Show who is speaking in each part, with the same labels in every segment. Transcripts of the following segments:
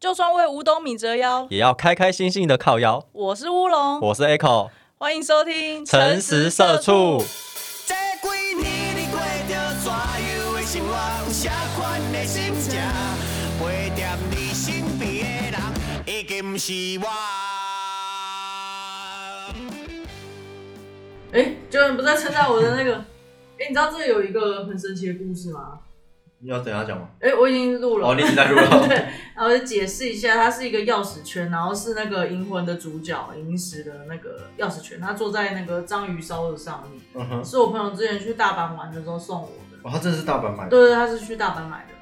Speaker 1: 就算为五斗米折腰。
Speaker 2: 也要开开心心的靠腰。
Speaker 1: 我是乌龙，
Speaker 2: 我是 Echo，
Speaker 1: 欢迎收听《
Speaker 2: 诚实社畜。。
Speaker 3: 这几年你过着怎样的生活？有啥款的心情？陪在你身边的人，已经不是我。
Speaker 4: 哎，就你不是在称赞我的那个？ 哎，你知道这有一个很神奇的故事吗？
Speaker 2: 你要等下讲吗？
Speaker 4: 哎，我已经录了。
Speaker 2: 哦，你已经在录了。
Speaker 4: 对， 然后我就解释一下，它是一个钥匙圈，然后是那个《银魂》的主角银石的那个钥匙圈，他坐在那个章鱼烧的上面，
Speaker 2: 嗯哼，
Speaker 4: 是我朋友之前去大阪玩的时候送我的。
Speaker 2: 哇，他真的是大阪买的。
Speaker 4: 对对，他是去大阪买的。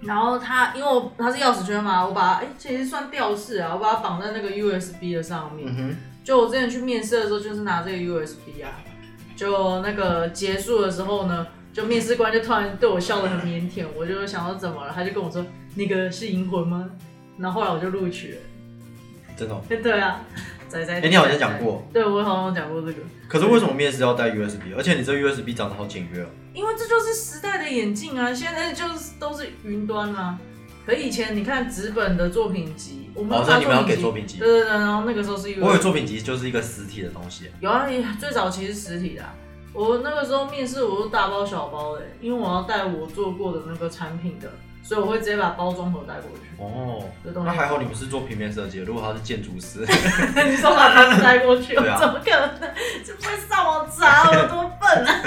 Speaker 4: 然后他因为我他是钥匙圈嘛，我把哎其实算吊饰啊，我把它绑在那个 USB 的上面，
Speaker 2: 嗯哼，
Speaker 4: 就我之前去面试的时候，就是拿这个 USB 啊，就那个结束的时候呢，就面试官就突然对我笑得很腼腆，我就想说怎么了，他就跟我说那个是银魂吗？然后后来我就录取了。
Speaker 2: 真的、哦。
Speaker 4: 哎对啊，仔仔，
Speaker 2: 哎、你好像讲，过，
Speaker 4: 对我好像讲过这个，
Speaker 2: 可是为什么面试要带 USB？而且你这 USB 长得好简约哦。
Speaker 4: 因为这就是时代的眼镜啊，现在就是都是云端啊。可以前你看纸本的作品集，我们
Speaker 2: 哦所以你们要给作品集
Speaker 4: 对对对，然后那个时候是 USB，
Speaker 2: 我有作品集就是一个实体的东西。
Speaker 4: 有啊，你最早其实实体的啊、我那个时候面试，我都大包小包的、因为我要带我做过的那个产品的，所以我会直接把包装盒带过去。
Speaker 2: 哦，
Speaker 4: 这东西
Speaker 2: 那还好你们是做平面设计的，如果他是建筑师，
Speaker 4: 你说把它带过去，我
Speaker 2: 对啊
Speaker 4: 怎么可能？这不会上网查，我多笨 啊！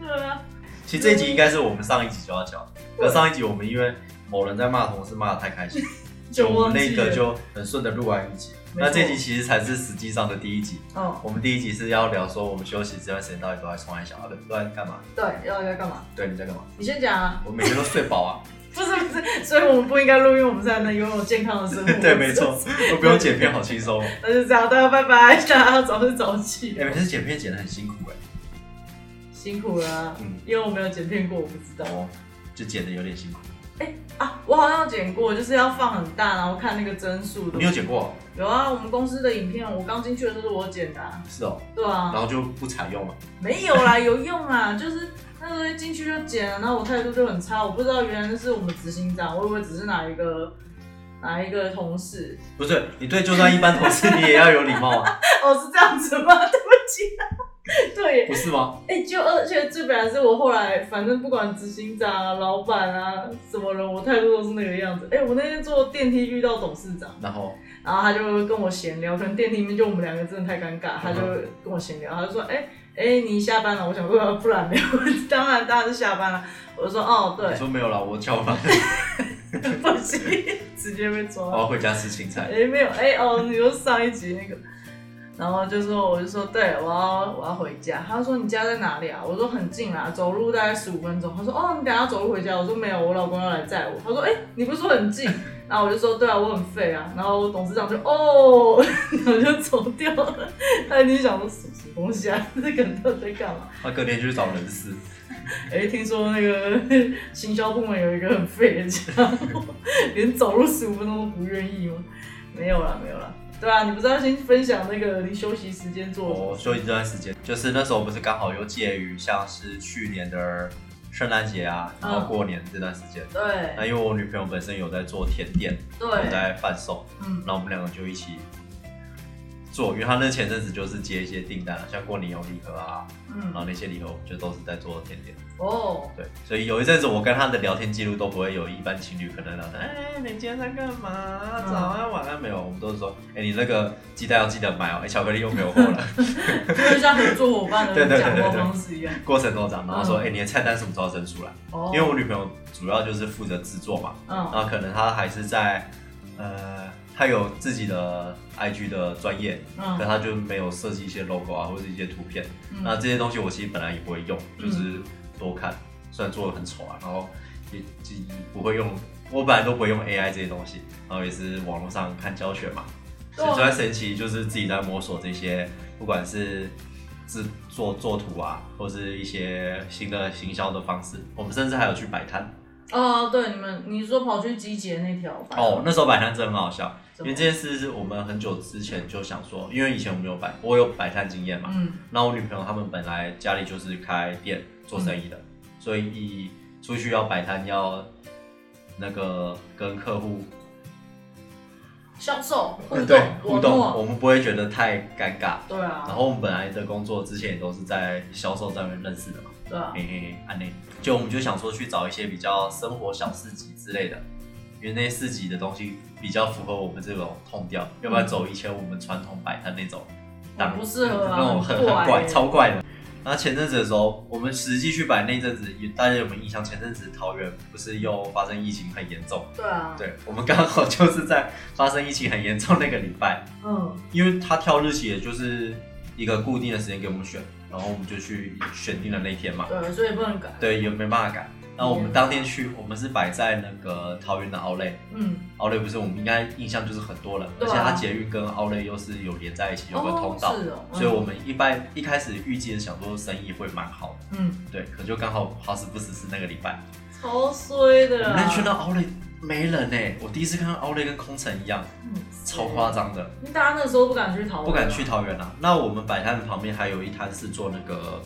Speaker 4: 对啊，
Speaker 2: 其实这一集应该是我们上一集就要讲，可上一集我们因为某人在骂同事骂的太开心，
Speaker 4: 就
Speaker 2: 我
Speaker 4: 忘
Speaker 2: 们
Speaker 4: 记
Speaker 2: 那个
Speaker 4: 了
Speaker 2: 就很顺的录完一集。
Speaker 4: 没错
Speaker 2: 那这集其实才是实际上的第一集。
Speaker 4: 哦，
Speaker 2: 我们第一集是要聊说我们休息这段时间到底都在冲啊安小孩，都在干嘛？
Speaker 4: 对，要要干嘛？
Speaker 2: 对，你在干嘛？
Speaker 4: 你先讲啊，
Speaker 2: 我每天都睡饱 啊。
Speaker 4: 不是不是，所以我们不应该录音，我们才能拥有健康的生活。
Speaker 2: 对，没错，我不用剪片，好轻松。哦
Speaker 4: 那就这样，大家拜拜，大家早睡早起
Speaker 2: 哎，，每次剪片剪得很辛苦哎。
Speaker 4: 辛苦了啊、
Speaker 2: 嗯，
Speaker 4: 因为我没有剪片过，我不知道。
Speaker 2: 哦，就剪得有点辛苦。
Speaker 4: 啊，我好像有剪过，就是要放很大，然后看那个帧数的。
Speaker 2: 你有剪过？
Speaker 4: 有啊，我们公司的影片，我刚进去的时候是我剪的、啊，
Speaker 2: 是哦，
Speaker 4: 对啊
Speaker 2: 然，后就不采用了。
Speaker 4: 没有啦，有用啊， 就是那时候一进去就剪了，然后我态度就很差，我不知道原来那是我们执行长，我以为只是哪一个哪一个同事，
Speaker 2: 不是，你对就算一般同事，你也要有礼貌 啊，
Speaker 4: 哦，是这样子吗？对不起、啊， 对耶，
Speaker 2: 不是吗？
Speaker 4: 哎、就而且最本来是我后来，反正不管执行长啊、老板啊什么人，我态度都是那个样子。哎、我那天坐电梯遇到董事长。
Speaker 2: 然后
Speaker 4: 然后他就跟我闲聊，可能电梯里面就我们两个真的太尴尬，他就跟我闲聊，他就说：“哎、哎、你下班了？”我想说，呃不然呢？我当然当然是下班了。我就说：“哦，
Speaker 2: 你
Speaker 4: 对，
Speaker 2: 说没有了，我叫 饭，
Speaker 4: 不行，直接被抓。
Speaker 2: 我要回家吃青
Speaker 4: 哎、
Speaker 2: 菜。
Speaker 4: 没有，哎、哦，你说上一集那个，然后就说，我就说，对我要我要回家。他说你家在哪里啊？我说很近啊，走路大概十五分钟。他说哦，你等下走路回家。我说没有，我老公要来载我。他说哎、你不是说很近？然后我就说对啊，我很废啊。然后董事长就哦， 然后就走掉了。他一定想说什么东西啊？这个人到底在干嘛？
Speaker 2: 他隔天就去找人事，
Speaker 4: 哎、听说那个 行销部门有一个很废的家伙，连走路十五分钟都不愿意吗？没有啦，没有啦。对啊，你不是要先分享那个你休息时间做什么？
Speaker 2: 我休息这段时间，就是那时候不是刚好又介于像是去年的圣诞节啊，然后过年这段时间。
Speaker 4: 对
Speaker 2: 那因为我女朋友本身有在做甜点，有
Speaker 4: 对，
Speaker 2: 在贩售，
Speaker 4: 嗯，
Speaker 2: 然后我们两个就一起做，因为她那前阵子就是接一些订单啊，像过年有礼盒啊，然
Speaker 4: 嗯，
Speaker 2: 后那些礼盒我们就都是在做甜点。
Speaker 4: 哦，
Speaker 2: 对，所以有一阵子我跟他的聊天记录都不会有一般情侣可能聊的，哎、你今天在干嘛？
Speaker 4: 嗯
Speaker 2: 早安晚啊安没有，我们都是说，哎、你那个鸡蛋要记得买哦，哎、巧克力又没有 货了，
Speaker 4: 就是像合作伙伴
Speaker 2: 对
Speaker 4: 的
Speaker 2: 对对
Speaker 4: 讲话
Speaker 2: 对对
Speaker 4: 方式一样。
Speaker 2: 过程中长，然后说，
Speaker 4: 嗯
Speaker 2: 哎、你的菜单什么时候生出来？
Speaker 4: 哦，
Speaker 2: 因为我女朋友主要就是负责制作嘛，
Speaker 4: 嗯
Speaker 2: 然后可能她还是在，呃，她有自己的 IG 的专业，可
Speaker 4: 嗯
Speaker 2: 她就没有设计一些 logo 啊或者一些图片，那
Speaker 4: 嗯，
Speaker 2: 这些东西我其实本来也不会用，就是多看，虽然做的很丑啊，然后也也不会用，我本来都不会用 AI 这些东西，然后也是网络上看教学嘛，
Speaker 4: 对
Speaker 2: 所
Speaker 4: 啊
Speaker 2: 以这段神奇就是自己在摸索这些，不管是制作做图啊，或是一些新的行销的方式，我们甚至还有去摆摊
Speaker 4: 哦，对，你们你说跑去集结那条吧
Speaker 2: 哦，，那时候摆摊真的很好笑，
Speaker 4: 怎么
Speaker 2: 因为这件事是我们很久之前就想说，因为以前我们有摆，我有摆摊经验嘛，
Speaker 4: 嗯
Speaker 2: 那我女朋友她们本来家里
Speaker 4: 嗯
Speaker 2: 就是开店做生意的，所以一出去要摆摊要那个跟客户呃
Speaker 4: 销售互
Speaker 2: 对
Speaker 4: 动
Speaker 2: 互动，我们不会觉得太尴尬。
Speaker 4: 对啊，
Speaker 2: 然后我们本来的工作之前也都是在销售上面认识的嘛，
Speaker 4: 对啊，
Speaker 2: 嘿嘿嘿，哎安内，就我们就想说去找一些比较生活小市集之类的，因为那些市集的东西比较符合我们这种痛调，要不然走以前我们传统摆摊那种，
Speaker 4: 不嗯适合啊
Speaker 2: 那种很
Speaker 4: 很怪
Speaker 2: 很怪，
Speaker 4: 欸
Speaker 2: 超怪的。然后前阵子的时候，我们实际去摆那阵子，大家有没有印象？前阵子桃园不是又发生疫情很严重？
Speaker 4: 对啊，，
Speaker 2: 对，我们刚好就是在发生疫情很严重那个礼拜，
Speaker 4: 嗯，
Speaker 2: 因为他挑日期也就是一个固定的时间给我们选，然后我们就去选定了那天嘛。
Speaker 4: 对，所以不能改，
Speaker 2: 对，也没办法改。那我们当天去，我们是摆在那个桃园的奥莱，
Speaker 4: 嗯，
Speaker 2: 奥莱不是我们应该印象就是很多人，而
Speaker 4: 对啊
Speaker 2: 且它捷运跟奥莱又是有连在一起，有个通道，
Speaker 4: 哦是哦，嗯
Speaker 2: 所以我们一般一开始预计是想说生意会蛮好的，
Speaker 4: 嗯，
Speaker 2: 对，可就刚好好死不死是那个礼拜，
Speaker 4: 超衰
Speaker 2: 我
Speaker 4: 的
Speaker 2: 们
Speaker 4: 啦，
Speaker 2: 那去那奥莱没人呢、我第一次看到奥莱跟空城一样，
Speaker 4: 嗯
Speaker 2: 超夸，张的。
Speaker 4: 因为大家那时候不敢去讨论，
Speaker 2: 不敢去，桃园啊。那我们摆摊的旁边还有一摊是做那个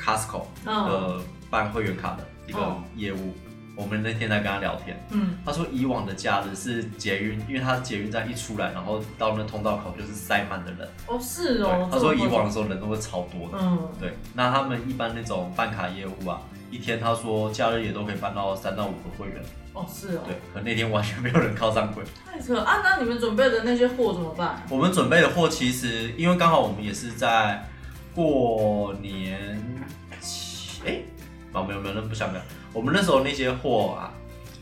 Speaker 2: Costco
Speaker 4: 嗯
Speaker 2: 的办会员卡的一个
Speaker 4: 哦
Speaker 2: 业务。我们那天在跟他聊天，
Speaker 4: 嗯，
Speaker 2: 他说以往的假日是捷运，因为他捷运站一出来，然后到那通道口就是塞满的人。
Speaker 4: 哦是哦
Speaker 2: 对，，他
Speaker 4: 这
Speaker 2: 说
Speaker 4: 么
Speaker 2: 以
Speaker 4: 多
Speaker 2: 往的，时候人都会超多的。
Speaker 4: 嗯，
Speaker 2: 对，那他们一般那种办卡业务啊，一天他说假日也都可以办到三到五个会员。
Speaker 4: 哦是哦，
Speaker 2: 对，可那天完全没有人靠上柜。
Speaker 4: 太扯啊！那你们准备的那些货怎么办？啊
Speaker 2: 我们准备的货其实，因为刚好我们也是在过年前，哎、啊没有没有，那不想不想，我们那时候那些货啊，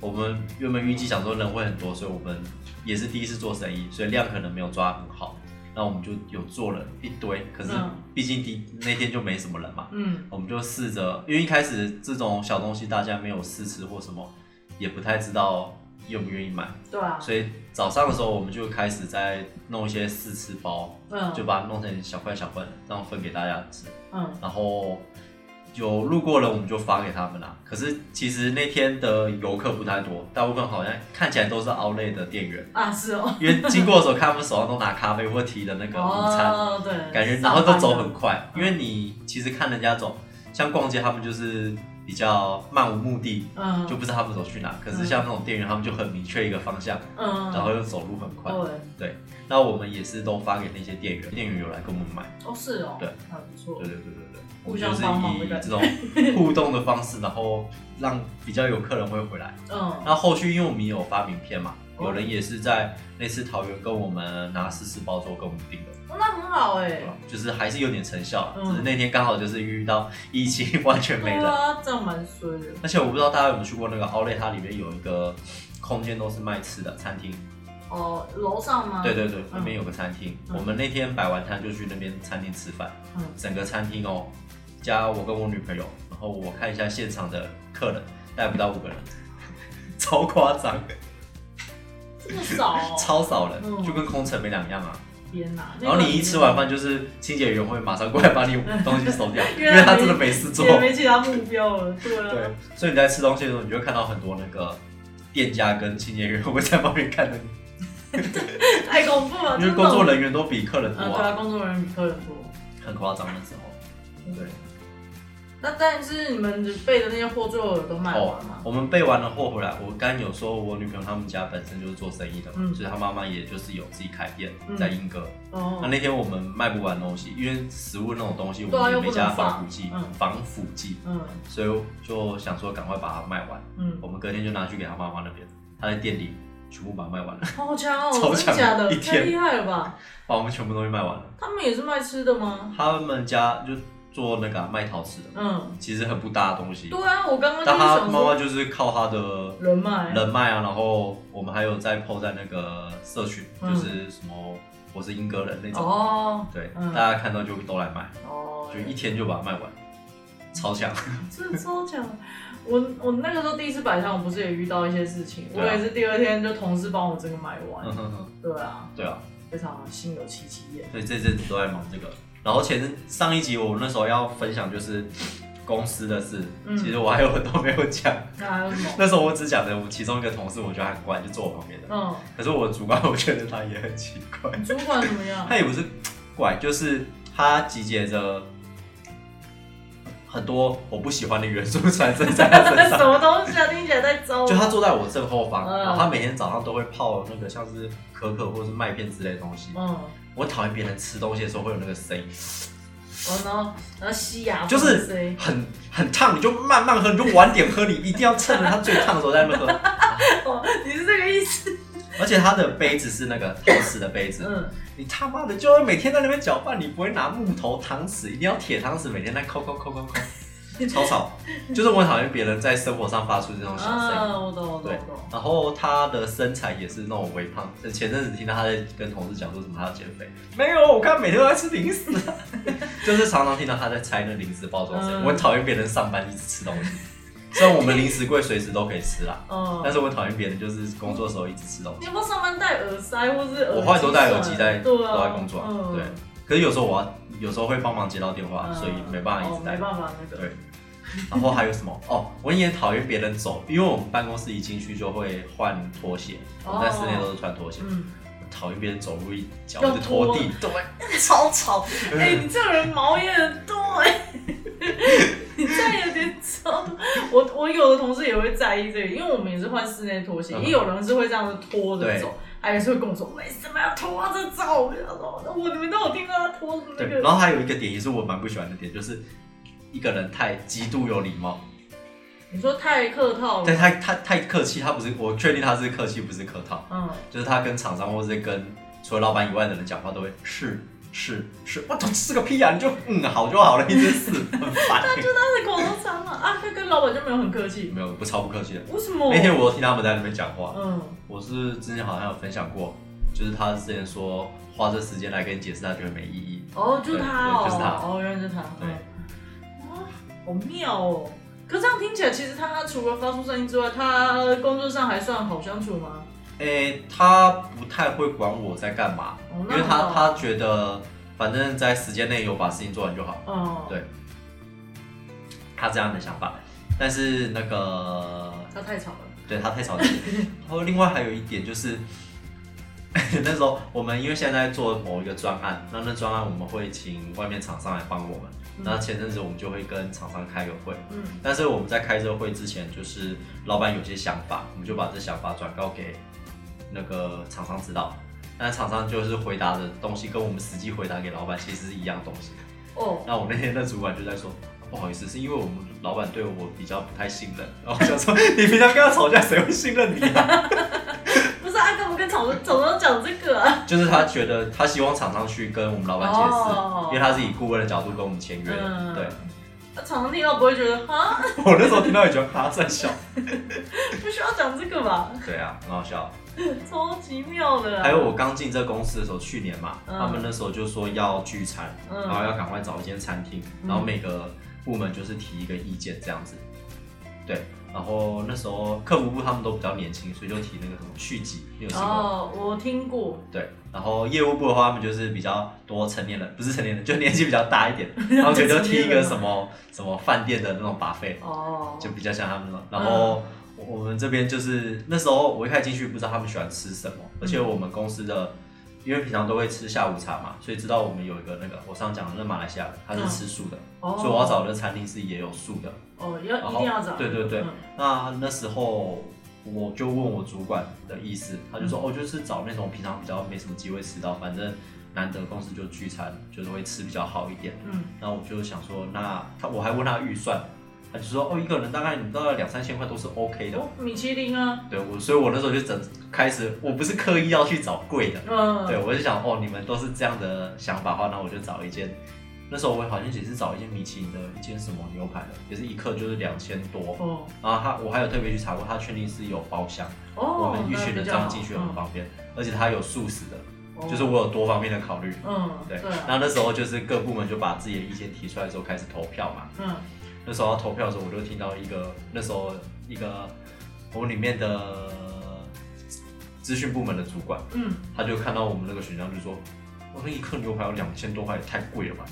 Speaker 2: 我们原本预计想说人会很多，所以我们也是第一次做生意，所以量可能没有抓很好，那我们就有做了一堆，可是
Speaker 4: 嗯
Speaker 2: 毕竟第那天就没什么人嘛，
Speaker 4: 嗯，
Speaker 2: 我们就试着，因为一开始这种小东西大家没有试吃或什么，也不太知道愿不愿意买。
Speaker 4: 对啊，
Speaker 2: 所以早上的时候，我们就开始在弄一些试吃包，
Speaker 4: 嗯，
Speaker 2: 就把它弄成小块小块的，这样分给大家吃。
Speaker 4: 嗯
Speaker 2: 然后有路过了，我们就发给他们啦。可是其实那天的游客不太多，大部分好像看起来都是 Outlet 的店员，
Speaker 4: 啊是哦，
Speaker 2: 因为经过的时候看他们手上都拿咖啡或提的那个午餐，
Speaker 4: 哦对，
Speaker 2: 感觉然后都走很
Speaker 4: 快，
Speaker 2: 快，因为你其实看人家走，像逛街他们就是比较漫无目的。
Speaker 4: 嗯，
Speaker 2: 就不知道他们走去哪，可是像那种店员，他们就很明确一个方向，
Speaker 4: 嗯，哦
Speaker 2: 然后又走路很快。
Speaker 4: 对，
Speaker 2: 对，那我们也是都发给那些店员，店员有来跟我们买。
Speaker 4: 哦是哦，
Speaker 2: 对，
Speaker 4: 还不错
Speaker 2: 对，对对对对，我
Speaker 4: 互
Speaker 2: 们
Speaker 4: 相
Speaker 2: 就是
Speaker 4: 帮忙
Speaker 2: 以
Speaker 4: 的感
Speaker 2: 这
Speaker 4: 觉
Speaker 2: 种 互动的方式，然后让比较有客人会回来。
Speaker 4: 嗯
Speaker 2: 那后续因为我们也有发名片嘛，
Speaker 4: 哦
Speaker 2: 有人也是在那次桃园跟我们拿试吃包之后跟我们订的，
Speaker 4: 哦那很好哎
Speaker 2: 对吧，就是还是有点成效啊，
Speaker 4: 嗯
Speaker 2: 只是那天刚好就是遇到疫情完全没
Speaker 4: 对
Speaker 2: 人。
Speaker 4: 啊，这样蛮衰的，
Speaker 2: 而且我不知道大家有没有去过那个奥莱，它里面有一个空间都是卖吃的餐厅，
Speaker 4: 哦楼上吗？
Speaker 2: 对，对对，那
Speaker 4: 嗯
Speaker 2: 边有个餐厅，
Speaker 4: 嗯
Speaker 2: 我们那天摆完摊就去那边餐厅吃饭，
Speaker 4: 嗯
Speaker 2: 整个餐厅哦，加我跟我女朋友，然后我看一下现场的客人，大概不到五个人， 超夸张，
Speaker 4: 这么少哦，
Speaker 2: 超少人，
Speaker 4: 嗯
Speaker 2: 就跟空城没两样啊。
Speaker 4: 天哪！
Speaker 2: 然后你一吃完饭，就是清洁员会马上过来把你东 西收掉，
Speaker 4: 因
Speaker 2: 因为
Speaker 4: 为
Speaker 2: 他真的没事做。
Speaker 4: 也没其他目标了，对啊，
Speaker 2: 对，所以你在吃东西的时候，你就会看到很多那个店家跟清洁员会在旁边看着你，
Speaker 4: 太恐怖了，
Speaker 2: 因为工作
Speaker 4: 人，
Speaker 2: 人员都比客人多
Speaker 4: 嗯哦对啊，
Speaker 2: 啊，
Speaker 4: 工作人员比客人多。
Speaker 2: 很夸张的时候。对。
Speaker 4: 那但是你们备的那些货最后有都卖
Speaker 2: 哦
Speaker 4: 完吗，？
Speaker 2: 我们备完了货回来，我刚有说我女朋友他们家本身就是做生意的嘛，
Speaker 4: 嗯
Speaker 2: 所以她妈妈也就是有自己开店
Speaker 4: 嗯
Speaker 2: 在英哥。
Speaker 4: 哦
Speaker 2: 那、那天我们卖不完东西，因为食物那种东西我
Speaker 4: 对啊
Speaker 2: 们也没加
Speaker 4: 又不能
Speaker 2: 防腐剂，
Speaker 4: 放嗯
Speaker 2: 防腐剂，
Speaker 4: 嗯
Speaker 2: 所以就想说赶快把它卖完。
Speaker 4: 嗯，
Speaker 2: 我们隔天就拿去给她妈妈那边，她在店里全部把它卖完了，
Speaker 4: 好强
Speaker 2: 超
Speaker 4: 哦，真
Speaker 2: 强
Speaker 4: 的假的
Speaker 2: 一？
Speaker 4: 太
Speaker 2: 天
Speaker 4: 厉害了吧！
Speaker 2: 把我们全部东西卖完了。
Speaker 4: 他们也是卖吃的吗？
Speaker 2: 他们家就做那个啊、卖陶瓷的，
Speaker 4: 嗯，
Speaker 2: 其实很不搭的东西。
Speaker 4: 对啊，我刚刚就
Speaker 2: 但
Speaker 4: 是
Speaker 2: 他
Speaker 4: 想
Speaker 2: 妈
Speaker 4: 说
Speaker 2: 妈就是靠他的
Speaker 4: 人脉，
Speaker 2: 人脉啊，然后我们还有在 PO 在那个社群，
Speaker 4: 嗯
Speaker 2: 就是什么我是英格人那种，
Speaker 4: 哦
Speaker 2: 对，
Speaker 4: 嗯
Speaker 2: 大家看到就都来买，
Speaker 4: 哦，
Speaker 2: 就一天就把它卖完，超强。
Speaker 4: 真的超强！我我那个时候第一次摆摊，我不是也遇到一些事情，
Speaker 2: 对
Speaker 4: 我
Speaker 2: 啊
Speaker 4: 也是第二天就同事帮我这个买完，对啊，
Speaker 2: 对啊，
Speaker 4: 非常心有戚戚焉。
Speaker 2: 所以这阵子都在忙这个。然后前上一集我那时候要分享就是公司的事，
Speaker 4: 嗯
Speaker 2: 其实我还有很多没有讲。
Speaker 4: 那还有什么？
Speaker 2: 那时候我只讲了我其中一个同事，我觉得他很乖，就坐我旁边的。
Speaker 4: 嗯，
Speaker 2: 可是我主管我觉得他也很奇怪，
Speaker 4: 你主管怎 么样
Speaker 2: 他？也不是怪，就是他集结着很多我不喜欢的元素产生在他身
Speaker 4: 什
Speaker 2: 上。
Speaker 4: 么东西啊？听起来在糟。
Speaker 2: 就他坐在我正后方，
Speaker 4: 嗯
Speaker 2: 然后他每天早上都会泡那个像是可可或是麦片之类的东西。
Speaker 4: 嗯，
Speaker 2: 我讨厌别人吃东西的时候会有那个声音，
Speaker 4: 哦，然后然后吸牙
Speaker 2: 就
Speaker 4: 缝的声
Speaker 2: 是
Speaker 4: 音，
Speaker 2: 很很烫，你就慢慢喝，你就晚点喝，你一定要趁着它最烫的时候在那边喝。
Speaker 4: 哦，你是这个意 思？
Speaker 2: 而且它的杯子是那个陶瓷的杯子，
Speaker 4: 嗯，
Speaker 2: 你他妈的就要每天在那边搅拌，你不会拿木头汤匙，一定要铁汤匙，每天在抠抠抠抠抠，吵吵。就是我很讨厌别人在生活上发出这种小声音。
Speaker 4: 啊，我懂，我懂，
Speaker 2: 对
Speaker 4: 我懂。
Speaker 2: 然后他的身材也是那种微胖，前阵子听到他在跟同事讲说什么他要减肥，没有，我看每天都在吃 零食、就是常常听到他在拆那零食包装声音。
Speaker 4: 嗯
Speaker 2: 我很讨厌别人上班一直吃东西，虽然我们零食柜随时都可以吃啦，
Speaker 4: 嗯，
Speaker 2: 但是我很讨厌别人就是工作的时候一直吃东西
Speaker 4: 你。要不要上班戴耳塞或是耳机？
Speaker 2: 我后来都戴耳机在
Speaker 4: 对啊，
Speaker 2: 都在工作啊、
Speaker 4: 嗯
Speaker 2: 对。可是有时候我要有时候会帮忙接到电话，所以没办法一
Speaker 4: 哦
Speaker 2: 直
Speaker 4: 没
Speaker 2: 戴。
Speaker 4: 办法那个。
Speaker 2: 对，然后还有什么？哦，我也讨厌别人走，因为我们办公室一进去就会换拖鞋，我们在室内都是穿拖鞋。
Speaker 4: 哦嗯，
Speaker 2: 讨厌别人走路一脚
Speaker 4: 要
Speaker 2: 就拖地，对，
Speaker 4: 超吵！ 哎、你这个人毛也很多哎、 你这样有点吵。我我有的同事也会在意这个，因为我们也是换室内拖鞋，
Speaker 2: 嗯
Speaker 4: 也有人是会这样子拖着
Speaker 2: 对
Speaker 4: 走，他也是会跟我说为什么要拖着走？我你们都有听到他拖那
Speaker 2: 对。
Speaker 4: 个，
Speaker 2: 然后还有一个点也是我蛮不喜欢的点，就是一个人太极度有礼貌，
Speaker 4: 你说太客套
Speaker 2: 但
Speaker 4: 了，
Speaker 2: 他他太客气，他不是我确定他是客气，不是客套。
Speaker 4: 嗯，
Speaker 2: 就是他跟厂商或者是跟除了老板以外的人讲话，都会是是是，我懂是个屁呀、你就嗯好就好了，一直是 很烦。
Speaker 4: 他是口头禅嘛啊，他跟老板就没有很客气，
Speaker 2: 没有不超不客气的。
Speaker 4: 为什么？
Speaker 2: 那天我有听他们在那边讲话，
Speaker 4: 嗯
Speaker 2: 我是之前好像有分享过，就是他之前说花这时间来跟你解释，他觉得没意义。
Speaker 4: 哦，就是他哦，
Speaker 2: 对就是他
Speaker 4: 哦，原来就是他，
Speaker 2: 对
Speaker 4: 嗯，啊，好妙哦。可这样听起来，其实他除了发出声音之外，他工作上还算好相处吗？
Speaker 2: 诶、他不太会管我在干嘛，
Speaker 4: 哦
Speaker 2: 因
Speaker 4: 那
Speaker 2: 为他
Speaker 4: 很好
Speaker 2: 他觉得反正在时间内有把事情做完就好。
Speaker 4: 哦，
Speaker 2: 对，他这样的想法。但是那个
Speaker 4: 他太吵了。
Speaker 2: 对他太吵了。然后另外还有一点就是， 那时候我们因为现在在做某一个专案，那那专案我们会请外面厂商来帮我们。
Speaker 4: 嗯
Speaker 2: 那前阵子我们就会跟厂商开个会，
Speaker 4: 嗯
Speaker 2: 但是我们在开这个会之前，就是老板有些想法，我们就把这想法转告给那个厂商知道。但厂商就是回答的东西跟我们实际回答给老板其实是一样东西。
Speaker 4: 哦，
Speaker 2: 那我那天的主管就在说，不好意思，是因为我们老板对我比较不太信任。然后我想说，你平常跟他吵架，谁会信任你啊？
Speaker 4: 不是啊，干嘛跟吵着吵着讲这个啊？
Speaker 2: 就是他觉得他希望厂商去跟我们老板解释，
Speaker 4: 哦
Speaker 2: 因为他是以顾问的角度跟我们签约的。
Speaker 4: 嗯
Speaker 2: 对，
Speaker 4: 常常听到不会觉得哈，
Speaker 2: 我那时候听到也觉得他在笑。
Speaker 4: 不需要讲这个吧？
Speaker 2: 对啊，很好笑。
Speaker 4: 超奇妙的啦。啊
Speaker 2: 还有我刚进这公司的时候，去年嘛，
Speaker 4: 嗯
Speaker 2: 他们那时候就说要聚餐，
Speaker 4: 嗯
Speaker 2: 然后要赶快找一间餐厅，
Speaker 4: 嗯
Speaker 2: 然后每个部门就是提一个意见这样子。对，然后那时候客服部他们都比较年轻，所以就提那个什么续集，你有听过？
Speaker 4: 哦，我听过，
Speaker 2: 对，然后业务部的话，他们就是比较多成年人，不是成年人，就年纪比较大 一点，然后就就提一个什么什么饭店的那种把费，
Speaker 4: 哦，
Speaker 2: 就比较像他们那种。然后我我们这边就是那时候我一开始进去不知道他们喜欢吃什么，而且我们公司的因为平常都会吃下午茶嘛，所以知道我们有一个那个我上讲的那马来西亚人他是吃素的，
Speaker 4: 哦
Speaker 2: 所以我要找的餐厅是也有素的。
Speaker 4: 哦，要
Speaker 2: 然
Speaker 4: 一
Speaker 2: 后
Speaker 4: 定要找，
Speaker 2: 对对对，
Speaker 4: 嗯
Speaker 2: 那那时候。我就问我主管的意思，他就说、哦，就是找那种平常比较没什么机会吃到，反正难得公司就聚餐，就是会吃比较好一点。
Speaker 4: 嗯，
Speaker 2: 那我就想说，那他我还问他预算，他就说哦，一个人大概你知道两三千块都是 OK 的。
Speaker 4: 哦，米其林啊，
Speaker 2: 对我，所以我那时候就整开始，我不是刻意要去找贵的，
Speaker 4: 嗯，
Speaker 2: 对我就想哦，你们都是这样的想法的话，那我就找一间。那时候我好像也是找一间米其林的一间什么牛排的，也是一克就是两千多。
Speaker 4: 哦
Speaker 2: 然后他我还有特别去查过，他确定是有包厢，
Speaker 4: 哦，
Speaker 2: 我们一
Speaker 4: 那
Speaker 2: 群人
Speaker 4: 比
Speaker 2: 这
Speaker 4: 较
Speaker 2: 样
Speaker 4: 好
Speaker 2: 进去
Speaker 4: 嗯
Speaker 2: 很方便，而且他有素食的，
Speaker 4: 哦
Speaker 2: 就是我有多方面的考虑。
Speaker 4: 嗯，
Speaker 2: 对，
Speaker 4: 对啊，
Speaker 2: 然后那时候就是各部门就把自己的意见提出来的时候开始投票嘛。
Speaker 4: 嗯
Speaker 2: 那时候要投票的时候，我就听到一个那时候一个我们里面的资讯部门的主管，
Speaker 4: 嗯，
Speaker 2: 他就哦看到我们那个选项就说：“我那一克牛排有两千多块，也太贵了吧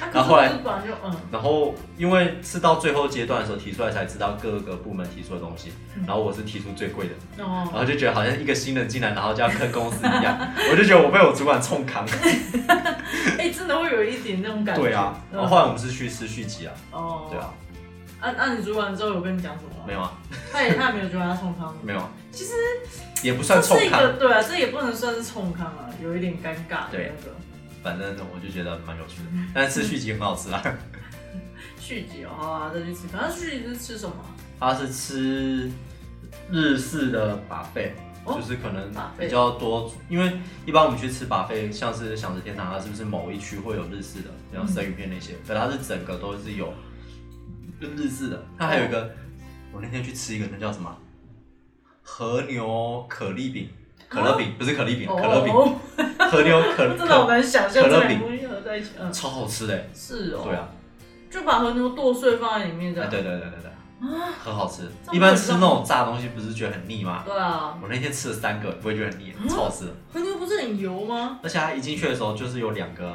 Speaker 4: 啊，可
Speaker 2: 然
Speaker 4: 是
Speaker 2: 后后
Speaker 4: 我
Speaker 2: 来
Speaker 4: 是本来就嗯，
Speaker 2: 然后因为是到最后阶段的时候提出来才知道各个部门提出的东西，
Speaker 4: 嗯
Speaker 2: 然后我是提出最贵的，然
Speaker 4: 哦，
Speaker 2: 后就觉得好像一个新人进来，然后就要坑公司一 样，我就觉得我被我主管冲扛。
Speaker 4: 哎，真的会有一点那种感觉。
Speaker 2: 对啊，然后
Speaker 4: 嗯
Speaker 2: 后来我们是去吃续集啊，
Speaker 4: 哦，
Speaker 2: 对啊，，
Speaker 4: 按按你主管之后有跟你讲什么吗？
Speaker 2: 没有啊，
Speaker 4: 他也他也没有觉得他冲康，
Speaker 2: 没有啊，
Speaker 4: 其实
Speaker 2: 也不算
Speaker 4: 这
Speaker 2: 冲
Speaker 4: 是一
Speaker 2: 扛
Speaker 4: 个，对啊，这也不能算是冲康啊，有一点尴尬的
Speaker 2: 对
Speaker 4: 那个
Speaker 2: 反正我就觉得蛮有趣的。
Speaker 4: 嗯
Speaker 2: 但是吃续集很好吃啊，
Speaker 4: 续集哦，好啊，再去吃。反正续集是吃什么啊？
Speaker 2: 它是吃日式的把费。
Speaker 4: 哦
Speaker 2: 就是可能
Speaker 4: buffet
Speaker 2: 比较多，因为一般我们去吃把费，像是享食天堂，啊它是不是某一区会有日式的，
Speaker 4: 嗯
Speaker 2: 像生鱼片那些，可它是整个都是有日式的。它还有一
Speaker 4: 哦
Speaker 2: 个，我那天去吃一个，那叫什么啊和牛可丽饼，可乐饼不是可丽饼，嗯可乐饼，
Speaker 4: 哦，
Speaker 2: 和牛可
Speaker 4: 真的好
Speaker 2: 可
Speaker 4: 难想象
Speaker 2: 可乐
Speaker 4: 这两
Speaker 2: 饼
Speaker 4: 个东西合在一起。嗯，
Speaker 2: 超好吃的欸，
Speaker 4: 是哦，
Speaker 2: 对啊，
Speaker 4: 就把和牛剁碎放在里面这
Speaker 2: 哎
Speaker 4: 样。
Speaker 2: 对对对对对，很好吃。
Speaker 4: 啊这样
Speaker 2: 一般吃那种炸的东西不是觉得很腻吗？
Speaker 4: 对啊，
Speaker 2: 我那天吃了三个，不会觉得很腻，超好吃的。
Speaker 4: 和牛不是很油吗？
Speaker 2: 而且它一进去的时候就是有两个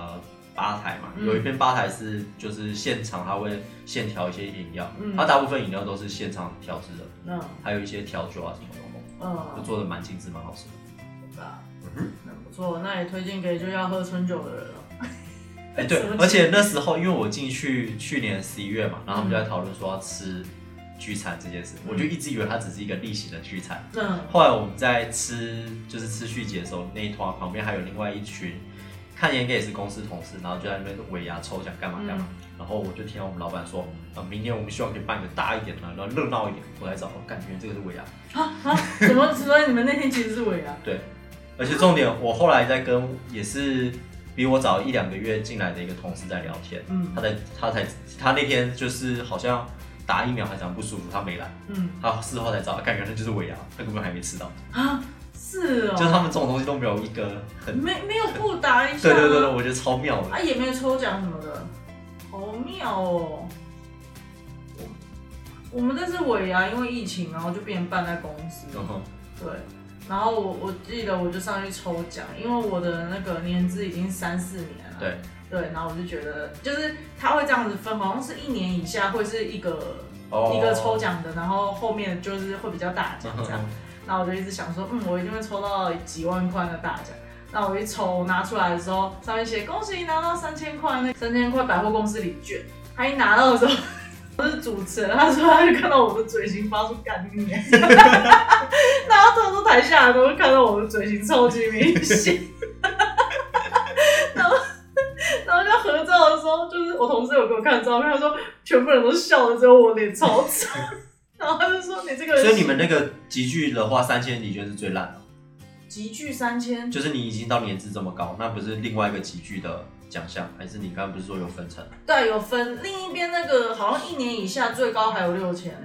Speaker 2: 吧台嘛，
Speaker 4: 嗯
Speaker 2: 有一边吧台是就是现场它会现调一些饮料，
Speaker 4: 嗯
Speaker 2: 它大部分饮料都是现场调制的，
Speaker 4: 嗯
Speaker 2: 还有一些调酒啊什么的，就
Speaker 4: 嗯，
Speaker 2: 做的蛮精致，蛮好吃的。
Speaker 4: 对啊
Speaker 2: 嗯哼
Speaker 4: 那不错，那也推荐给就要喝春酒的人了。
Speaker 2: 哎、对
Speaker 4: 嗯什么，
Speaker 2: 而且那时候因为我进去去年十一月嘛，然后我们就在讨论说要吃聚餐这件事，我就一直以为它只是一个例行的聚餐。
Speaker 4: 嗯，
Speaker 2: 后来我们在吃就是吃续集的时候，那一团旁边还有另外一群，看起来应该也是公司同事，然后就在那边尾牙抽奖干嘛干嘛。然后我就听到我们老板说，呃，明年我们希望可以办个大一点的，然后热闹一点。我来找，我感觉这个是尾牙。
Speaker 4: 啊 啊，什么？所以你们那天其实是尾牙？
Speaker 2: 对，而且重点，我后来在跟也是比我早一两个月进来的一个同事在聊天，
Speaker 4: 嗯
Speaker 2: 他在他才他那天就是好像打疫苗还长不舒服，他没来，
Speaker 4: 嗯
Speaker 2: 他事后才知道，感觉那就是尾牙，他根本还没吃到，
Speaker 4: 啊，是
Speaker 2: 就是
Speaker 4: 哦，
Speaker 2: 他们这种东西都没有一个很，
Speaker 4: 没没有不打一下
Speaker 2: 对
Speaker 4: 吗？
Speaker 2: 对对对，我觉得超妙的，
Speaker 4: 啊，也没有抽奖什么的，好妙哦。我们这次尾牙因为疫情，然后就变办在公司，
Speaker 2: 然后
Speaker 4: 对。然后我我记得我就上去抽奖，因为我的那个年资已经三四年了，
Speaker 2: 对
Speaker 4: 对。然后我就觉得，就是他会这样子分，好像是一年以下会是一个、
Speaker 2: 哦嗯
Speaker 4: 一个抽奖的，然后后面就是会比较大奖这样。那我就一直想说，嗯，我一定会抽到几万块的大奖。那我一抽拿出来的时候，上面写恭喜你拿到三千块，那三千块百货公司礼券。他一拿到的时候， 我是主持人，他说他就看到我的嘴型发出干你 娘，然后他说台下的都会看到我的嘴型超级明显。然后然后就合照的时候，就是我同事有给我看照片，他说全部人都笑的，只有我脸超丑。 然后他就说你这个人，
Speaker 2: 所以你们那个集聚的话，三千礼券是最烂的，
Speaker 4: 集聚三千，
Speaker 2: 就是你已经到年资这么高，那不是另外一个集聚的奖项，还是你刚刚不是说有分成？
Speaker 4: 对，有分。另一边那个好像一年以下最高还有六千呢，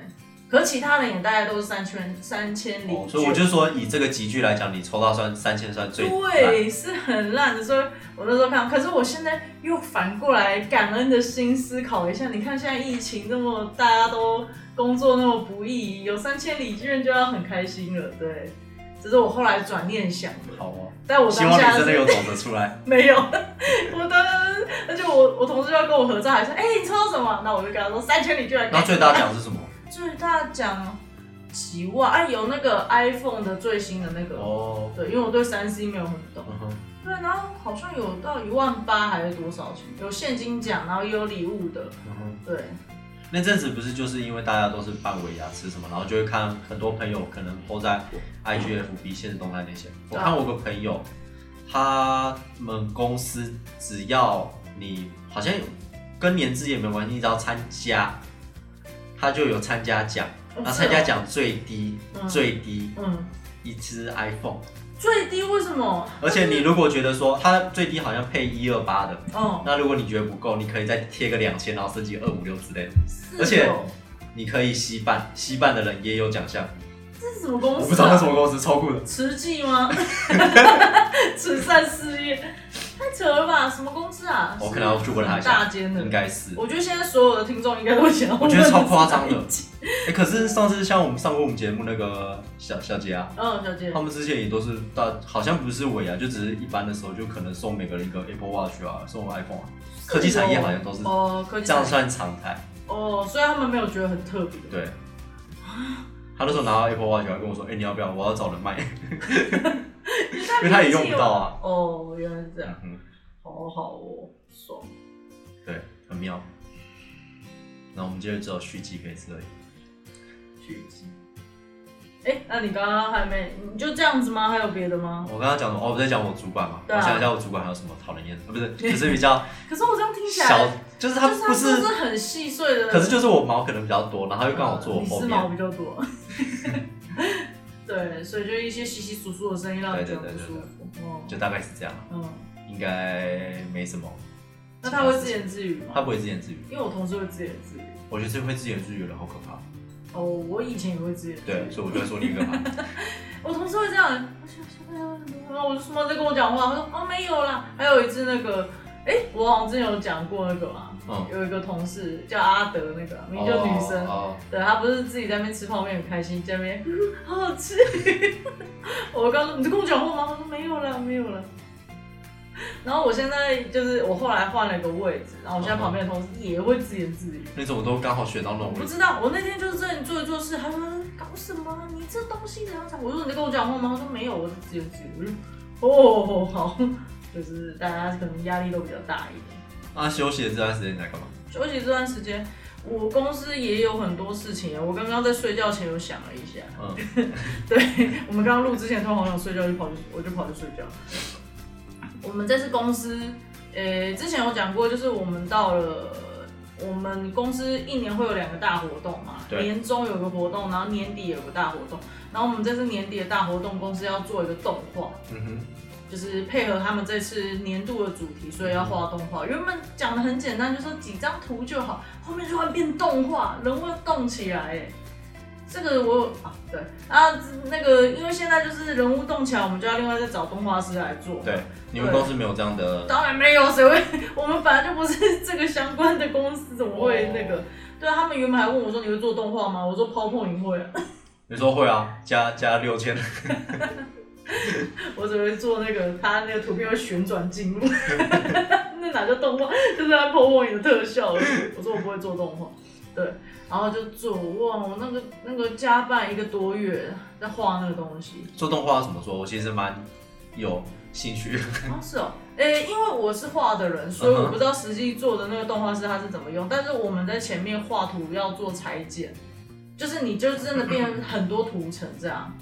Speaker 4: 可其他人也大概都是三千三千里、
Speaker 2: 哦，所以我就说，以这个集聚来讲，你抽到算三千算最烂
Speaker 4: 对，是很烂的。所以我那时候看，可是我现在又反过来感恩的心思考一下，你看现在疫情那么，大家都工作那么不易，有三千里券就要很开心了，对。只是我后来转念想的，
Speaker 2: 好哦，
Speaker 4: 但我
Speaker 2: 希
Speaker 4: 当
Speaker 2: 望
Speaker 4: 下
Speaker 2: 你真的
Speaker 4: 是
Speaker 2: 有走得出来。
Speaker 4: 没有，我当时，而且我我同事要跟我合照，还说，哎、你抽到什么？那我就跟他说三千，你居然
Speaker 2: 那最大奖 是什么？
Speaker 4: 最大奖几万？哎、有那个 iPhone 的最新的那个，
Speaker 2: 哦，
Speaker 4: 对，因为我对三 C 没有很懂，
Speaker 2: 嗯哼
Speaker 4: 对，然后好像有到一万八还是多少钱，有现金奖，然后也有礼物的，
Speaker 2: 嗯哼
Speaker 4: 对，
Speaker 2: 那阵子不是就是因为大家都是办尾牙吃什么，然后就会看很多朋友可能 po 在 IG、FB 现实动态那些。我
Speaker 4: 对啊
Speaker 2: 看我有个朋友，他们公司只要你好像有跟年资也没关系，你只要参加，他就有参加奖。
Speaker 4: 哦
Speaker 2: 那参加，奖最低
Speaker 4: 嗯
Speaker 2: 最低
Speaker 4: 是哦嗯，
Speaker 2: 一只 iPhone。
Speaker 4: 最低为什么？
Speaker 2: 而且你如果觉得说它最低好像配一二八的，
Speaker 4: 哦，
Speaker 2: 那如果你觉得不够，你可以再贴个两千，然后升级二五六之类的。
Speaker 4: 是
Speaker 2: 而且
Speaker 4: 哦
Speaker 2: 你可以吸办，吸办的人也有奖项，
Speaker 4: 这是什么公司、啊？
Speaker 2: 我不知道那什么公司，超酷的。
Speaker 4: 慈济吗？ 慈善事业，太扯了吧？什么公司啊？
Speaker 2: 我可能要去问他一
Speaker 4: 大
Speaker 2: 下
Speaker 4: 间的
Speaker 2: 应。该是。
Speaker 4: 我觉得现在所有的听众应该都想要
Speaker 2: 我觉得超
Speaker 4: 问
Speaker 2: 夸张的
Speaker 4: 慈济
Speaker 2: 哎，可是上次像我们上过我们节目那个小小姐啊，
Speaker 4: 嗯，小姐
Speaker 2: 他，们之前也都是大，好像不是尾牙，就只是一般的时候就可能送每个人一个 Apple Watch 啊，送 iPhone 啊，科技产业好像都是
Speaker 4: 哦，科技
Speaker 2: 这样算常态。
Speaker 4: 哦，所以他们没有觉得很特别。
Speaker 2: 对，他那时候拿到 Apple Watch 还跟我说：“哎、你要不要？我要找人卖。 因为他也用不到啊
Speaker 4: 哦，原来是这样，
Speaker 2: 嗯
Speaker 4: 好好哦，爽。”
Speaker 2: 对，很妙。那我们接着只有续集可以吃而已。
Speaker 4: 续集。哎、那你刚刚还没，你就这样子吗？还有别的吗？
Speaker 2: 我刚刚讲哦，我在讲我主管嘛，
Speaker 4: 对啊
Speaker 2: 我想一下我主管还有什么讨人厌的，呃不 是，就是比较
Speaker 4: 可是我这样听起来，
Speaker 2: 小，就是他
Speaker 4: 就是
Speaker 2: 不
Speaker 4: 是
Speaker 2: 是，
Speaker 4: 很细碎的，
Speaker 2: 可是就是我毛可能比较多，然后他又刚好坐我
Speaker 4: 嗯
Speaker 2: 后
Speaker 4: 你是毛比
Speaker 2: 面，
Speaker 4: 较 多。对，所以就一些稀稀疏疏的声音让你觉得不舒服。哦，
Speaker 2: 就大概是这样，
Speaker 4: 嗯，
Speaker 2: 应该没什么。
Speaker 4: 那他会自言自语吗？
Speaker 2: 他不会自言自语，
Speaker 4: 因为我同事会自言自语。
Speaker 2: 我觉得这会自言自语的好可怕。
Speaker 4: 哦，我以前也会自言自语。
Speaker 2: 对，所以我就会说你可 怕。
Speaker 4: 我同事会这样，我想说哎呀，我就说他在跟我讲话，他说哦没有啦。还有一次那个，哎、我好像之前有讲过那个嘛，
Speaker 2: 嗯
Speaker 4: 有一个同事叫阿德，那个名叫女生，
Speaker 2: 哦，
Speaker 4: 对她不是自己在那边吃泡面很开心，在那边、嗯、好好吃。 我刚说你在跟我讲话吗？他说没有啦，没有啦。然后我现在就是我后来换了一个位置，然后我现在旁边的同事也会自言自语。
Speaker 2: 那种我都刚好选到那种
Speaker 4: 我
Speaker 2: 位
Speaker 4: 不
Speaker 2: 置。
Speaker 4: 知道，我那天就是在做一做事，他说搞什么啊？你这东西怎样讲？我说你在跟我讲话吗？他说没有，我是自由自由。我就哦 好，就是大家可能压力都比较大一点。
Speaker 2: 啊，休息的这段时间你在干嘛？
Speaker 4: 休息这段时间，我公司也有很多事情啊。我刚刚在睡觉前有想了一下，
Speaker 2: 嗯，
Speaker 4: 对我们刚刚录之前，突然好想睡觉，就跑去我就跑去睡觉。我们这次公司，呃、之前有讲过，就是我们到了。我们公司一年会有两个大活动嘛，
Speaker 2: 对
Speaker 4: 年终有个活动，然后年底有个大活动，然后我们这次年底的大活动，公司要做一个动画，
Speaker 2: 嗯哼，
Speaker 4: 就是配合他们这次年度的主题，所以要画动画。原本讲的很简单，就说几张图就好，后面突然变动画，人物要动起来，哎，这个我有啊对啊，那个因为现在就是人物动起来，我们就要另外再找动画师来做。
Speaker 2: 对，你们公司没有这样的，
Speaker 4: 当然没有，谁会？我们本来就不是这个相关的公司，怎么会那个？对啊，他们原本还问我说你会做动画吗？我说 PowerPoint 会啊，
Speaker 2: 你说会啊，加加六千，
Speaker 4: 我只会做那个，它那个图片会旋转进 入，那哪叫动画？就是它 PowerPoint 的特效而已。我说我不会做动画，对，然后就做哇，我那个那个加班一个多月在画那个东西，
Speaker 2: 做动画怎么说？我其实蛮有兴趣。
Speaker 4: 啊是哦，诶、因为我是画的人，所以
Speaker 2: 嗯
Speaker 4: 我不知道实际做的那个动画师他是怎么用，但是我们在前面画图要做裁剪，就是你就真的变很多图层这样，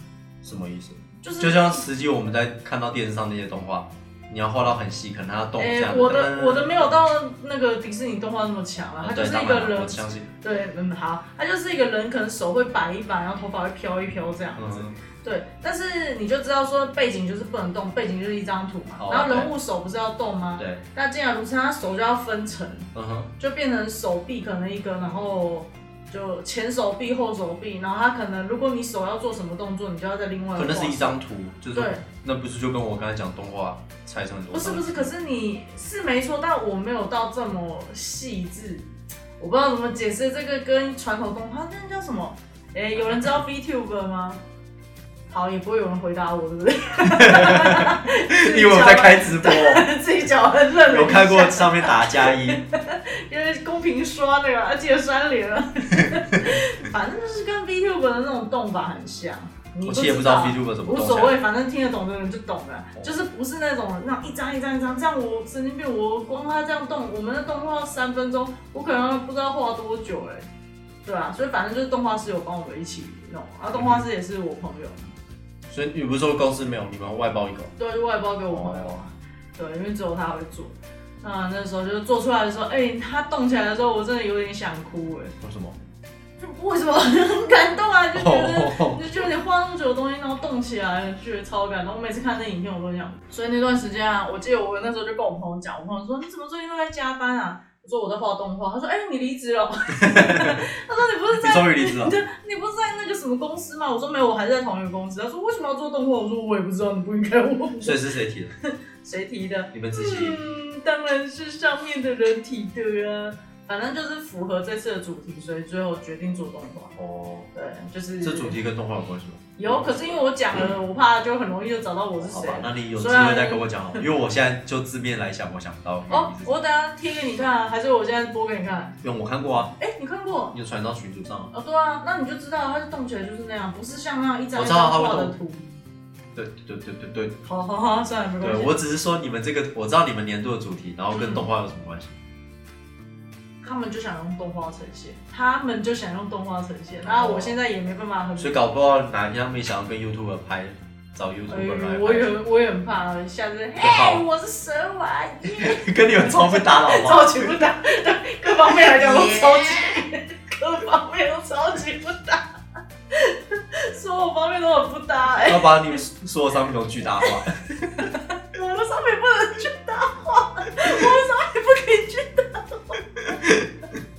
Speaker 2: 什么意思？
Speaker 4: 就是
Speaker 2: 就像实际我们在看到电视上那些动画，你要画到很细，可能它要动嗯这
Speaker 4: 诶、
Speaker 2: 样。
Speaker 4: 哎我的我的没有到那个迪士尼动画那么强啊，
Speaker 2: 嗯，
Speaker 4: 它就
Speaker 2: 对
Speaker 4: 是
Speaker 2: 当
Speaker 4: 一
Speaker 2: 然
Speaker 4: 个
Speaker 2: 了
Speaker 4: 人
Speaker 2: 我相信，
Speaker 4: 对，嗯，好，他就是一个人，可能手会摆一摆，然后头发会飘一飘这样子。
Speaker 2: 嗯，
Speaker 4: 对，但是你就知道说背景就是不能动，背景就是一张图嘛。
Speaker 2: 哦
Speaker 4: 然后人物手不是要动吗？
Speaker 2: 对，
Speaker 4: 那既然如此，他手就要分层，
Speaker 2: 嗯哼，
Speaker 4: 就变成手臂可能一个，然后就前手臂、后手臂，然后他可能如果你手要做什么动作，你就要在另外
Speaker 2: 可能是一
Speaker 4: 画
Speaker 2: 张图，就是
Speaker 4: 对
Speaker 2: 那不是就跟我刚才讲动画拆成很多
Speaker 4: 不是
Speaker 2: 张
Speaker 4: 不是，可是你是没错，但我没有到这么细致，我不知道怎么解释这个跟传统动画那叫什么？哎、有人知道 VTuber 吗？好，也不会有人回答我，对不对？
Speaker 2: 你以为我在开直播哦？
Speaker 4: 自己脚很愣了一下
Speaker 2: 有看过上面打加一，
Speaker 4: 因为公屏刷那个，而且删脸 了。反正就是跟 VTuber 的那种动法很像。你
Speaker 2: 我
Speaker 4: 不啊
Speaker 2: 其实也不知道 VTuber 怎么啊
Speaker 4: 无
Speaker 2: 动
Speaker 4: 所
Speaker 2: 起
Speaker 4: 谓，
Speaker 2: 来。
Speaker 4: 反正听得懂的人就懂了，就是不是那种那种一张一张一张这样，我神经病，我光他这样动，我们的动画三分钟，我可能不知道画多久哎、对啊，所以反正就是动画师有帮我们一起弄，然后动画师也是我朋友，
Speaker 2: 所以你不是说公司没有，你们外包一个？
Speaker 4: 对，就外包给我朋友啊，对，因为只有他会做。那那时候就是做出来的时候，哎、他动起来的时候，我真的有点想哭哎、
Speaker 2: 为什么？
Speaker 4: 就为什么 很感动啊？就觉得
Speaker 2: 哦，
Speaker 4: 就觉得你画那么久的东西，然后动起来，就觉得超感动。我每次看那影片，我都想。所以那段时间啊，我记得我那时候就跟我朋友讲，我朋友说你怎么最近都在加班啊？我说我在画动画。他说哎、你离职了？ 他说你不是
Speaker 2: 你
Speaker 4: 在
Speaker 2: 终于离职了。
Speaker 4: 对，你不是在那个什么公司吗？我说没有，我还是在同一个公司。他说为什么要做动画？我说我也不知道，你不应该问我。
Speaker 2: 所以是谁提的？
Speaker 4: 谁提的？
Speaker 2: 你们自己
Speaker 4: 嗯，当然是上面的人提的啊。反正就是符合这次的主题，所以最后决定做动画。
Speaker 2: 哦，
Speaker 4: 对，就是
Speaker 2: 这主题跟动画有关系吗？
Speaker 4: 有，可是因为我讲了，我怕就很容易就找到我是
Speaker 2: 好
Speaker 4: 谁
Speaker 2: 吧，。那你有机
Speaker 4: 虽然
Speaker 2: 会再跟我讲哦 好了，因为我现在就字面来想，我想不到。
Speaker 4: 哦，我等下贴给你看啊，还是我现在播给你看？
Speaker 2: 用我看过啊，
Speaker 4: 哎，你看过？
Speaker 2: 你有传到群组上啊。
Speaker 4: 哦，对啊，那你就知道它是动起来就是那样，不是像那样一张
Speaker 2: 我
Speaker 4: 一
Speaker 2: 知道
Speaker 4: 张
Speaker 2: 它会
Speaker 4: 画的
Speaker 2: 动
Speaker 4: 图。
Speaker 2: 对对对对对，
Speaker 4: 好好好，算了，没关
Speaker 2: 对
Speaker 4: 系。
Speaker 2: 我只是说你们这个，我知道你们年度的主题，然后跟动画有什么关系？
Speaker 4: 嗯他们就想用动画呈现，他们就想用动画呈现，然后我现在也没办法很。
Speaker 2: 所以搞不好哪一天他们想要跟 YouTube 拍，找 YouTube 来
Speaker 4: 哎
Speaker 2: 拍，
Speaker 4: 我也我也很怕，下次
Speaker 2: 好
Speaker 4: 嘿，我是蛇丸，耶
Speaker 2: 跟你们超被打扰吧。
Speaker 4: 超哦级不搭，对，各方面来讲都超级，各方面都超级不 搭，所有方面都很不搭，哎，
Speaker 2: 要把你们所有商品都巨 大化，
Speaker 4: 我们商品不能去搭话，我们商品不可以去搭话。笑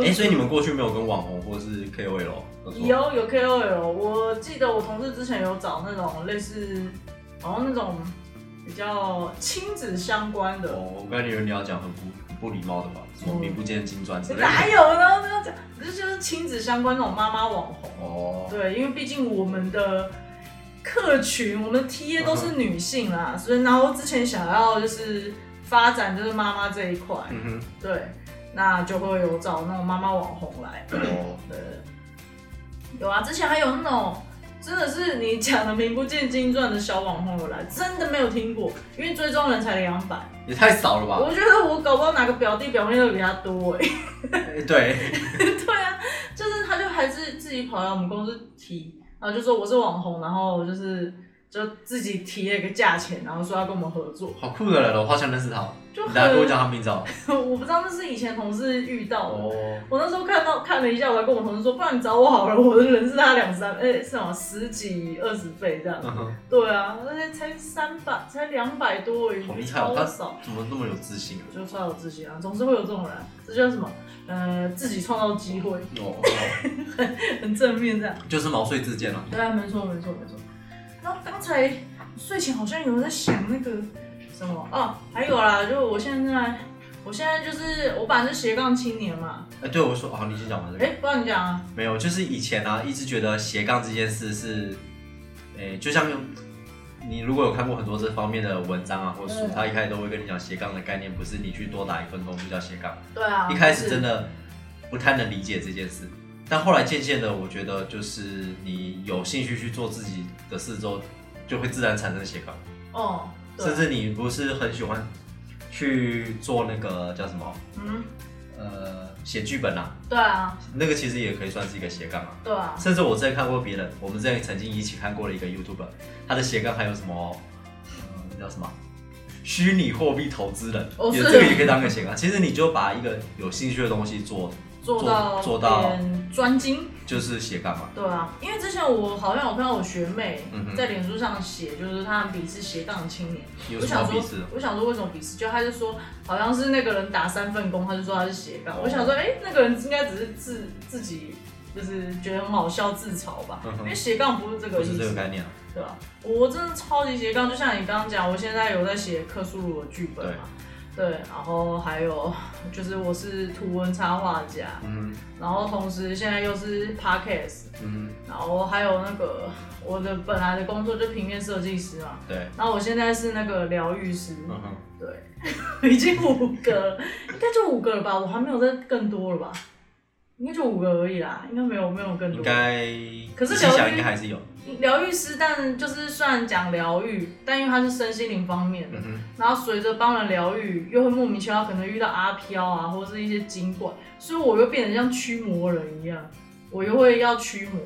Speaker 2: 哎、
Speaker 4: 死
Speaker 2: 所以你们过去没有跟网红或是 KOL 合作？
Speaker 4: 有有 KOL，我记得我同事之前有找那种类似，好像那种比较亲子相关的，
Speaker 2: 哦，我跟你们你要讲很不很不礼貌的吧，什么名不见经传之类的。
Speaker 4: 哪有呢？那样讲，这就是亲子相关那种妈妈网红。
Speaker 2: 哦，
Speaker 4: 对，因为毕竟我们的客群，我们的 TA 都是女性啦，所以然后我之前想要就是发展就是妈妈这一块，
Speaker 2: 嗯
Speaker 4: 对，那就会有找那种妈妈网红来。
Speaker 2: 哼，哦，
Speaker 4: 对，有啊，之前还有那种真的是你讲的名不见经传的小网红有来，真的没有听过，因为追踪人才两百，
Speaker 2: 也太少了吧？
Speaker 4: 我觉得我搞不好哪个表弟表妹都比他多哎、
Speaker 2: 哎 对，
Speaker 4: 对啊，就是他就还是自己跑来我们公司提，然后就说我是网红，然后就是。就自己提了一个价钱，然后说要跟我们合作，
Speaker 2: 好酷的人哦，我好想认识他哦。
Speaker 4: 就
Speaker 2: 你大家
Speaker 4: 很
Speaker 2: 跟我讲他名字哦。
Speaker 4: 我不知道那是以前同事遇到的，
Speaker 2: 哦，
Speaker 4: 我那时候看到看了一下，我还跟我同事说，不然你找我好了，我的人是他两三，哎、是什么十几二十倍这样。
Speaker 2: 嗯哼，
Speaker 4: 对啊，而且才三百，才两百多而已，
Speaker 2: 好厉害哦，
Speaker 4: 超
Speaker 2: 他
Speaker 4: 少。
Speaker 2: 怎么那么有自信啊？
Speaker 4: 就算有自己啊，总是会有这种人，这叫什么？呃，自己创造机会，
Speaker 2: 哦，哦
Speaker 4: 很正面这样。
Speaker 2: 就是毛遂自荐了。
Speaker 4: 对啊，没错没错没错。然后刚才睡前好像有人在想那个什么哦，还有啦，就我现在，我现在就是我本来是斜杠青年嘛，
Speaker 2: 哎，对我说，哦，你先讲完这
Speaker 4: 哎、
Speaker 2: 个。
Speaker 4: 不然你讲啊，
Speaker 2: 没有，就是以前啊，一直觉得斜杠这件事是，诶、就像你如果有看过很多这方面的文章啊或书
Speaker 4: 嗯，
Speaker 2: 他一开始都会跟你讲斜杠的概念，不是你去多打一份工就叫斜杠。
Speaker 4: 对啊，
Speaker 2: 一开
Speaker 4: 就
Speaker 2: 始
Speaker 4: 是
Speaker 2: 真的不太能理解这件事，但后来渐渐的，我觉得就是你有兴趣去做自己的事之后，就会自然产生斜杠。
Speaker 4: 哦，对
Speaker 2: 甚至你不是很喜欢去做那个叫什么，
Speaker 4: 嗯，
Speaker 2: 呃，写剧本啊，
Speaker 4: 对啊
Speaker 2: 那个其实也可以算是一个斜杠啊。
Speaker 4: 对啊，
Speaker 2: 甚至我之前看过别人，我们之前曾经一起看过的一个 YouTuber，他的斜杠还有什么，嗯，那叫什么？虚拟货币投资人，
Speaker 4: 哦
Speaker 2: 也
Speaker 4: 是
Speaker 2: 这个也可以当个斜杠。其实你就把一个有兴趣的东西做，
Speaker 4: 做到
Speaker 2: 做到
Speaker 4: 变专精。
Speaker 2: 就是斜杠嘛。
Speaker 4: 对啊，因为之前我好像有看到我学妹
Speaker 2: 嗯哼
Speaker 4: 在脸书上写，就是他们鄙视斜杠青年。
Speaker 2: 有
Speaker 4: 我
Speaker 2: 什么
Speaker 4: 想
Speaker 2: 好
Speaker 4: 说
Speaker 2: 鄙视的？，
Speaker 4: 我想说为什么鄙视？就他就说好像是那个人打三份工，他就说他是斜杠。我
Speaker 2: 哦
Speaker 4: 想说，哎、那个人应该只是自自己就是觉得很好笑自嘲吧，
Speaker 2: 嗯哼
Speaker 4: 因为斜杠不是这个
Speaker 2: 不
Speaker 4: 意
Speaker 2: 是这个
Speaker 4: 思，
Speaker 2: 概念啊。
Speaker 4: 对吧、我真的超级斜杠，就像你刚刚讲，我现在有在写克苏鲁的剧本嘛。对，然后还有就是我是图文插画家，
Speaker 2: 嗯
Speaker 4: 然后同时现在又是 podcast，
Speaker 2: 嗯，
Speaker 4: 然后还有那个我的本来的工作就平面设计师嘛，
Speaker 2: 对，
Speaker 4: 然后我现在是那个疗愈师，
Speaker 2: 嗯哼，
Speaker 4: 对， 已经五个了，应该就五个了吧，我还没有再更多了吧，应该就五个而已啦，应该没有没有更
Speaker 2: 应
Speaker 4: 多。
Speaker 2: 该，
Speaker 4: 可是
Speaker 2: 仔
Speaker 4: 疗愈
Speaker 2: 细想应该还是有。
Speaker 4: 疗愈师，但就是虽然讲疗愈，但因为他是身心灵方面的，
Speaker 2: 嗯哼，
Speaker 4: 然后随着帮人疗愈，又会莫名其妙可能遇到阿飘啊，或者是一些精怪，所以我又变得像驱魔人一样，我又会要驱魔，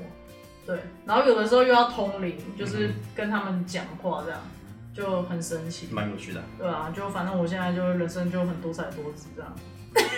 Speaker 4: 对，然后有的时候又要通灵，
Speaker 2: 嗯
Speaker 4: 就是跟他们讲话这样，就很神奇，
Speaker 2: 蛮有趣 的。
Speaker 4: 对啊，就反正我现在就人生就很多彩多姿这样，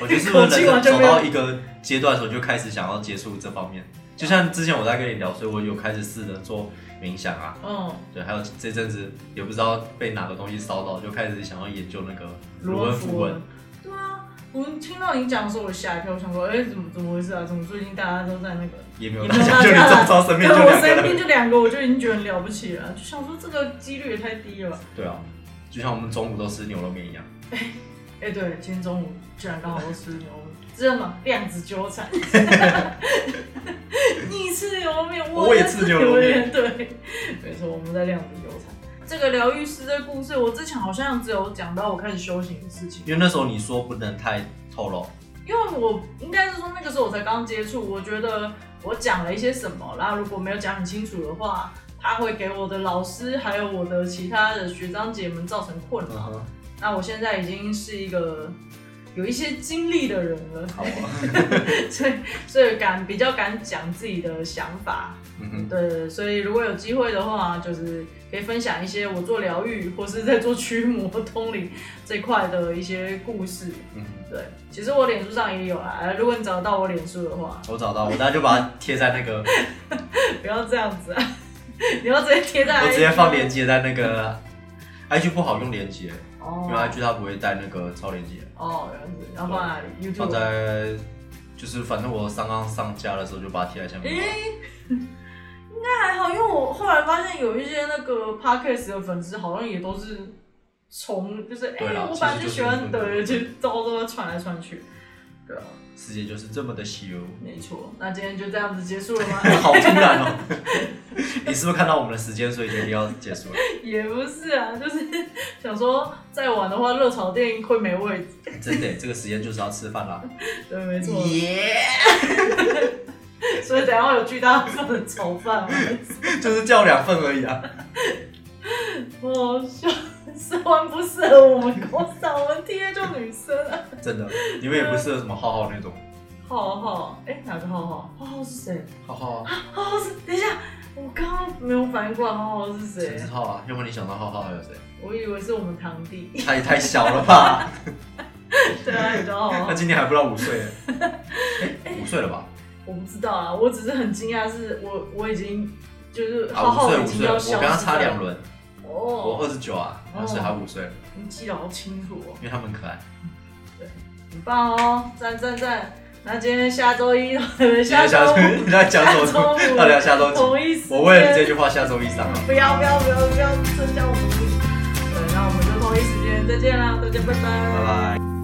Speaker 2: 我觉得是不是
Speaker 4: 口气
Speaker 2: 人
Speaker 4: 完全
Speaker 2: 走
Speaker 4: 没有
Speaker 2: 到一个阶段的时候，就开始想要接触这方面。就像之前我在跟你聊，所以我有开始试着做冥想啊，
Speaker 4: 嗯，
Speaker 2: 对，还有这阵子也不知道被哪个东西烧到，就开始想要研究那个
Speaker 4: 罗
Speaker 2: 恩
Speaker 4: 恩
Speaker 2: 符
Speaker 4: 符
Speaker 2: 文
Speaker 4: 文。，对啊，我听到你讲的时候我吓一跳，我想说，哎、怎么怎么回事啊？怎么最近大家都在那个？
Speaker 2: 也没有
Speaker 4: 也
Speaker 2: 大
Speaker 4: 没有
Speaker 2: 家，
Speaker 4: 大
Speaker 2: 就你
Speaker 4: 家
Speaker 2: 这
Speaker 4: 啦
Speaker 2: 么招身边就
Speaker 4: 对
Speaker 2: 两
Speaker 4: 我
Speaker 2: 个
Speaker 4: 身
Speaker 2: 人。
Speaker 4: 边就两个，我就已经觉得很了不起了，就想说这个几率也太低了吧。
Speaker 2: 对啊，就像我们中午都吃牛肉面一样，
Speaker 4: 哎、对，今天中午居然刚好都吃牛肉，这么量子纠缠。 你吃牛肉面，
Speaker 2: 我也
Speaker 4: 也
Speaker 2: 吃牛肉面
Speaker 4: 对，没错，我们在量子纠缠。这个疗愈师的故事，我之前好像只有讲到我开始修行的事情，
Speaker 2: 因为那时候你说不能太透露，
Speaker 4: 因为我应该是说那个时候我才刚接触，我觉得我讲了一些什么，然后如果没有讲很清楚的话，他会给我的老师还有我的其他的学长姐们造成困扰。
Speaker 2: 嗯哼，
Speaker 4: 那我现在已经是一个有一些经历的人了，
Speaker 2: 好啊，
Speaker 4: 所以所以敢比较敢讲自己的想法。
Speaker 2: 嗯哼，
Speaker 4: 对，所以如果有机会的话，就是可以分享一些我做疗愈或是在做驱魔 通灵这块的一些故事。
Speaker 2: 嗯哼，
Speaker 4: 对，其实我脸书上也有啦，呃如果你找得到我脸书的话，
Speaker 2: 我找到，我等下就把它贴在那 个，
Speaker 4: 不要这样子啊， 你要直接贴在，
Speaker 2: 我直接放链。接在那个，IG 不好用链接，因为
Speaker 4: 哦
Speaker 2: IG 它不会带那个超链接，
Speaker 4: 哦，原来是然后放哪里
Speaker 2: 放
Speaker 4: ？YouTube。
Speaker 2: 在就是反正我刚刚上架的时候就把它贴在下面
Speaker 4: 诶、。应该还好，因为我后来发现有一些那个 podcast 的粉丝好像也都是从就是哎、
Speaker 2: 对啦
Speaker 4: 我本来就喜
Speaker 2: 其
Speaker 4: 欢
Speaker 2: 实就是
Speaker 4: 对，就到处传来传去。对啊，
Speaker 2: 世界就是这么的稀有，
Speaker 4: 没错。那今天就这样子结束了吗？
Speaker 2: 好突然哦！ 你是不是看到我们的时间，所以决定要结 束了？
Speaker 4: 也不是啊，就是 想说再晚的话，热炒店会没位置。
Speaker 2: 真的，这个时间就是要吃 饭啦。
Speaker 4: 对，没错。
Speaker 2: 耶！
Speaker 4: 所以等一下会有巨大份的炒饭，
Speaker 2: 就是叫两份而已啊。
Speaker 4: 我笑死，完不适合我们公司啊，我们 T A 就女生啊。
Speaker 2: 真的，你们也不适合什么浩浩那种。
Speaker 4: 浩浩，哎、哪个浩浩？浩浩是谁？
Speaker 2: 浩浩啊，
Speaker 4: 浩浩是，等一下，我刚刚没有反应过来浩浩是谁
Speaker 2: 陈志，浩啊，要不然你想到浩浩还有谁？
Speaker 4: 我以为是我们堂弟。
Speaker 2: 他也太小了吧？
Speaker 4: 对啊，你知道浩
Speaker 2: 他
Speaker 4: 浩？
Speaker 2: 今年还不到五岁耶，哎五岁了吧？
Speaker 4: 我不知道啊，我只是很惊讶，是我我已经就是浩
Speaker 2: 啊，五
Speaker 4: 浩
Speaker 2: 岁
Speaker 4: 已
Speaker 2: 五
Speaker 4: 经
Speaker 2: 岁，
Speaker 4: 要消失
Speaker 2: 我
Speaker 4: 了。
Speaker 2: 跟他差两轮，
Speaker 4: 哦，
Speaker 2: 我二十九啊，他是他五岁了，
Speaker 4: 你记得好清楚哦，
Speaker 2: 因为他们很可爱。
Speaker 4: 很棒哦，赞赞赞！那今天下周一，
Speaker 2: 下
Speaker 4: 下周
Speaker 2: 周
Speaker 4: 五
Speaker 2: 你在讲 什么？ 到底要下周几？
Speaker 4: 同一时间
Speaker 2: 我为了你这句话，下周一上啊。
Speaker 4: 不要不要不要不要，这下我们不行。对，那我们就同一时间再见啦，大家拜拜。
Speaker 2: 拜拜。